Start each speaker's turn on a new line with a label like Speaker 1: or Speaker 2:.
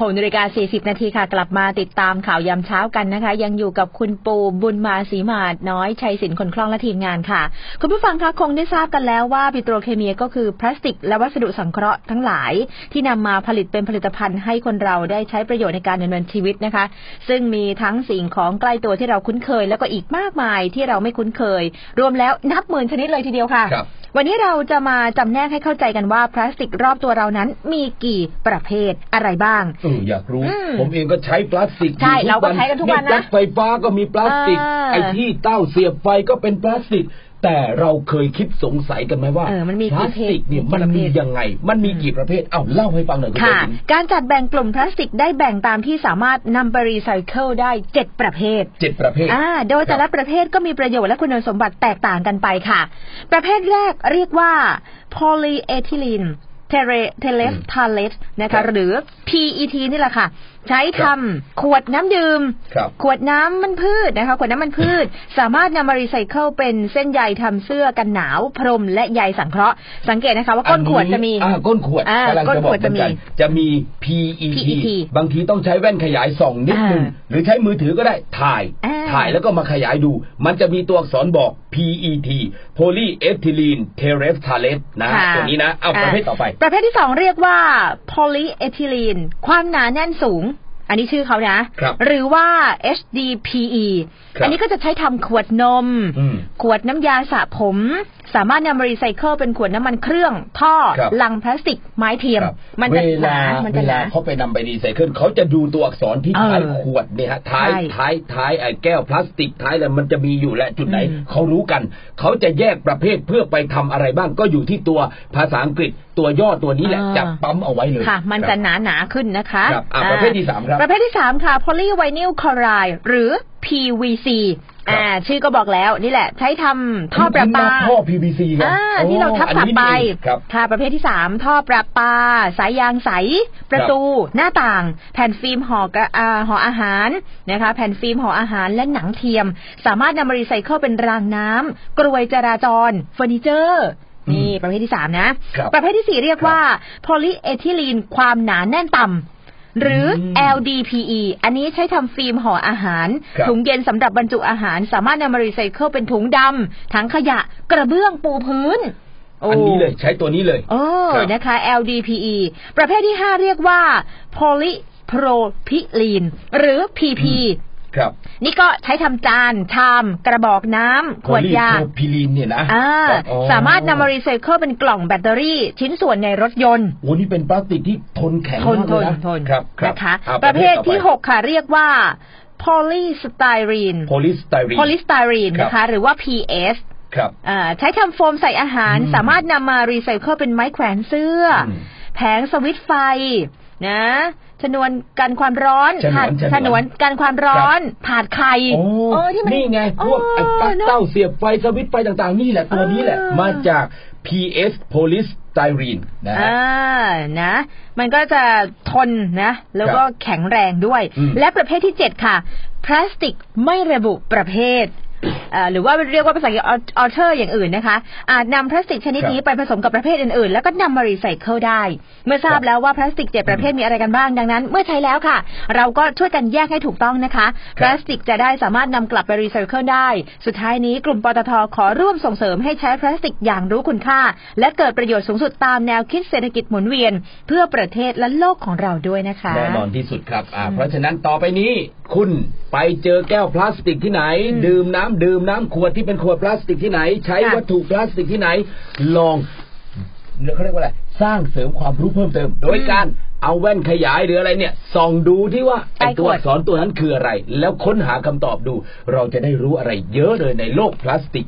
Speaker 1: หกนาฬิกาสี่สิบนาทีค่ะ กลับมาติดตามข่าวยามเช้ากันนะคะ ยังอยู่กับคุณปูบุญมาสีมาดน้อยชัยสินคนคล่องและทีมงานค่ะ คุณผู้ฟังคะคงได้ทราบกันแล้วว่าปิโตรเคมีก็คือพลาสติก และวัสดุสังเคราะห์ทั้งหลาย ที่นำมาผลิตเป็นผลิตภัณฑ์ให้คนเราได้ใช้ประโยชน์ในการดำเนินชีวิตนะคะ ซึ่งมีทั้งสิ่งของใกล้ตัวที่เราคุ้นเคย แล้วก็อีกมากมายที่เราไม่คุ้นเคย รวมแล้วนับหมื่นชนิดเลยทีเดียวค่ะ
Speaker 2: ครับ
Speaker 1: วันนี้เราจะมาจำแนกให้เข้าใจกันว่าพลาสติกรอบตัวเรานั้นมีกี่ประเภทอะไรบ้าง
Speaker 2: เอออยากรู้
Speaker 1: อืม
Speaker 2: ผมเองก็ใช้พลาสติก
Speaker 1: ใช่
Speaker 2: อยู่
Speaker 1: เราก็ใช้กันทุกวันนะ
Speaker 2: ปลั๊กไฟฟ้าก็มีพลาสติก
Speaker 1: อ่า
Speaker 2: ไอ้ที่เต้าเสียบไฟก็เป็นพลาสติก แต่เราเคยคิดสงสัยกันไหมว่า
Speaker 1: เออมันมี
Speaker 2: พ
Speaker 1: กี่
Speaker 2: ลาสติกเนี่ย
Speaker 1: เพศ
Speaker 2: มันมียังไง มันมีกี่ประเภท เอ้าเล่าให้ฟังหน่อยคุณ
Speaker 1: ค่ะ
Speaker 2: ผู้ชม
Speaker 1: การจัดแบ่งกลุ่มพลาสติกได้แบ่งตามที่สามารถนำไปรีไซเคิลได้ 7 ประเภท
Speaker 2: เจ็ดประเภท
Speaker 1: อ่า โดยแต่ละประเภทก็มีประโยชน์และคุณสมบัติแตกต่างกันไปค่ะ ประเภทแรกเรียกว่า polyethylene t e r e t e l e p t a l a t e นะ
Speaker 2: ครั
Speaker 1: คะ
Speaker 2: บ
Speaker 1: หรือ PET นี่แหละค่ะ ใช้
Speaker 2: ครั
Speaker 1: ทำ
Speaker 2: บ
Speaker 1: ขวดน้ำดื่ม
Speaker 2: ครับ
Speaker 1: ขวดน้ำมันพืชนะคะ ขวดน้ำมันพื ช สามารถนำมารีไซเคิลเป็นเส้นใยทำเสื้อกันหนาว พรมและใยสังเคราะห์ สังเกตนะคะว่าก้นขวดจะมี
Speaker 2: อ่าก้นขวด
Speaker 1: อ่าก
Speaker 2: ำลัง
Speaker 1: ก้น
Speaker 2: จะบอ
Speaker 1: ขว
Speaker 2: ก
Speaker 1: ด
Speaker 2: เหมือนกัน
Speaker 1: จะมี
Speaker 2: จะมี PET
Speaker 1: PET
Speaker 2: บางทีต้องใช้แว่นขยายส่องนิดนึง
Speaker 1: อ่า
Speaker 2: หรือใช้มือถือก็ได้ถ่าย
Speaker 1: อ่า
Speaker 2: ถ่ายแล้วก็มาขยายดู มันจะมีตัวอักษรบอก PET polyethylene terephthalate นะฮะ
Speaker 1: ค่ะ
Speaker 2: ตัวนี้นะเอาประเภทต่อไป
Speaker 1: ประเภทที่สองเรียกว่า polyethylene ความหนาแน่นสูง อันนี้ชื่อเขานะ
Speaker 2: ครับ
Speaker 1: หรือว่า HDPE
Speaker 2: ครับ
Speaker 1: อันี้ก็จะใช้ทำขวดนม
Speaker 2: อืม
Speaker 1: ขวดน้ำยาสระผม สามารถนำมารีไซเคิลเป็นขวดน้ำมันเครื่อง ท่อ
Speaker 2: ครับ
Speaker 1: ลังพลาสติก ไม้เทียม
Speaker 2: ครับ
Speaker 1: มัน
Speaker 2: เว
Speaker 1: จะห
Speaker 2: ลา
Speaker 1: นามัน
Speaker 2: เว
Speaker 1: จะห
Speaker 2: ลา
Speaker 1: นา
Speaker 2: เขาไปนำไปรีไซเคิลเขาจะดูตัวอักษรที่
Speaker 1: เออ
Speaker 2: ท้ายขวดเนี่ยฮะท้าย
Speaker 1: ใช่
Speaker 2: ท้ายท้ายไอ้แก้วพลาสติกท้ายอะไรมันจะมีอยู่แหละจุดไหน
Speaker 1: อืม
Speaker 2: เขารู้กัน เขาจะแยกประเภทเพื่อไปทำอะไรบ้างก็อยู่ที่ตัวภาษาอังกฤษตัวย่อตัวนี้แหละ
Speaker 1: อ่า
Speaker 2: จะปั๊มเอาไว้เลย
Speaker 1: ค่ะ มัน
Speaker 2: ครับ
Speaker 1: จะหนาหนาๆขึ้นนะคะ
Speaker 2: ครับอ่ะ
Speaker 1: อ่า
Speaker 2: ประเภทที่สามครับ
Speaker 1: ประเภทที่สามค่ะ polyvinyl chloride หรือ PVC
Speaker 2: ครับ
Speaker 1: อ่า ชื่อก็บอกแล้วนี่แหละ ใช้ทำท่อประปา
Speaker 2: ท่อ PVC ครับ
Speaker 1: อ่า
Speaker 2: โอ้
Speaker 1: ที่เราทับ
Speaker 2: อัน
Speaker 1: ศัพ
Speaker 2: นี้
Speaker 1: ท์ไป
Speaker 2: นี่เองครับ
Speaker 1: ค่ะประเภทที่สามท่อประปา สายยางใส ประตู หน้าต่าง แผ่นฟิล์มห่อกระอ่าห่ออาหารนะคะ แผ่นฟิล์มห่ออาหารและหนังเทียม สามารถนำมารีไซเคิลเป็นรางน้ำกรวยจราจรเฟอร์นิเจอร์
Speaker 2: อืม
Speaker 1: นี่ประเภทที่สามนะ
Speaker 2: ครับ
Speaker 1: ประเภทที่สี่เรียกว่า polyethylene ความหนาแน่นต่ำหรือ
Speaker 2: อืม
Speaker 1: LDPE อันนี้ใช้ทำฟิล์มห่ออาหาร
Speaker 2: ครับ
Speaker 1: ถุงเย็นสำหรับบรรจุอาหารสามารถนำมารีไซเคิลเป็นถุงดำถังขยะกระเบื้องปูพื้นโ
Speaker 2: อันนี้เลยใช้ตัวนี้เลย
Speaker 1: โอ้
Speaker 2: ครับ
Speaker 1: นะคะ LDPE ประเภทที่ 5 เรียกว่า polypropylene หรือ PP
Speaker 2: ครับ
Speaker 1: นี่ก็ใช้ทำจาน ชาม กระบอกน้ำขวดยา
Speaker 2: โพลีโพรพิลีนเนี่ยนะ
Speaker 1: อ่า
Speaker 2: ครับอ๋อ
Speaker 1: สามารถนำมารีไซเคิลเป็นกล่องแบตเตอรี่ ชิ้นส่วนในรถยนต์
Speaker 2: โอ้นี่เป็นพลาสติกที่ทนแข็ง
Speaker 1: ทน
Speaker 2: มาก
Speaker 1: ท
Speaker 2: เลย
Speaker 1: น
Speaker 2: นะ
Speaker 1: ทน
Speaker 2: ครับรับ
Speaker 1: นะคะ
Speaker 2: อ่
Speaker 1: ประเภทที่
Speaker 2: ต่อไป
Speaker 1: 6 ค่ะ เรียกว่า polystyrene
Speaker 2: โพลิสไตรีน
Speaker 1: polystyrene
Speaker 2: ครับ
Speaker 1: นะคะ หรือว่า PS
Speaker 2: ครับ
Speaker 1: อ่าใช้ทำโฟมใส่อาหาร
Speaker 2: อืม
Speaker 1: สามารถนำมารีไซเคิลเป็นไม้แขวนเสื้ออ
Speaker 2: ม
Speaker 1: แผงสวิตช์ไฟนะชนวนกันความร้อน
Speaker 2: ฉนวน
Speaker 1: ถาด
Speaker 2: ฉ
Speaker 1: ฉ
Speaker 2: นวน
Speaker 1: นวนกันความร้อนถาดไข่
Speaker 2: โอ้
Speaker 1: เออที่มัน
Speaker 2: นี่ไงพวกไอ้ปลั๊
Speaker 1: ออ
Speaker 2: ก
Speaker 1: นะ
Speaker 2: เต้าเสียบไฟสวิตช์ไฟต่างๆ นี่แหละ ตัวนี้แหละ
Speaker 1: เออ
Speaker 2: มาจาก PS โพลิสไตรีนนะฮะ
Speaker 1: อ่านะ มันก็จะทนนะ แล้วก็แข็งแรงด้วย
Speaker 2: อืม
Speaker 1: และประเภทที่ 7 ค่ะ พลาสติกไม่ระบุประเภทเอ่อหรือว่าเรียกว่าภาษาอังกฤษออเทอร์อย่างอื่นนะคะ อาจนำพลาสติกชนิดนี้
Speaker 2: ครับ
Speaker 1: ไปผสมกับประเภทอื่นๆ แล้วก็นำมารีไซเคิลได้ เมื่อทรา
Speaker 2: ครับ บ
Speaker 1: แล้วว่าพลาสติกเจ็ดประเภทมีอะไรกันบ้างดังนั้น เมื่อใช้แล้วค่ะ เราก็ช่วยกันแยกให้ถูกต้องนะคะ พลาสติกจะได้สามารถนำกลับไปรีไซเคิลได้ สุดท้ายนี้กลุ่มปตทขอร่วมส่งเสริมให้ใช้พลาสติกอย่างรู้คุณค่า และเกิดประโยชน์สูงสุดตามแนวคิดเศรษฐกิจหมุนเวียน เพื่อประเทศและโลกของเราด้วยนะคะ
Speaker 2: แน่นอนที่สุดครับอ่าเพราะฉะนั้นต่อไปนี้ คุณไปเจอแก้วพลาสติกที่ไหน
Speaker 1: อืม
Speaker 2: ดื่มน้ำดื่มน้ำขวดที่เป็นขวดพลาสติกที่ไหน ใช้
Speaker 1: ค่ะ
Speaker 2: วัตถุพลาสติกที่ไหน ลองเขาเรียกว่าอะไรสร้างเสริมความรู้เพิ่มเติม โดย
Speaker 1: อืม
Speaker 2: การเอาแว่นขยายหรืออะไรเนี่ยส่องดูที่ว่า
Speaker 1: ใต้
Speaker 2: ไอ้ตัว
Speaker 1: ขวด
Speaker 2: อักษรตัวนั้นคืออะไร แล้วค้นหาคำตอบดู เราจะได้รู้อะไรเยอะเลยในโลกพลาสติก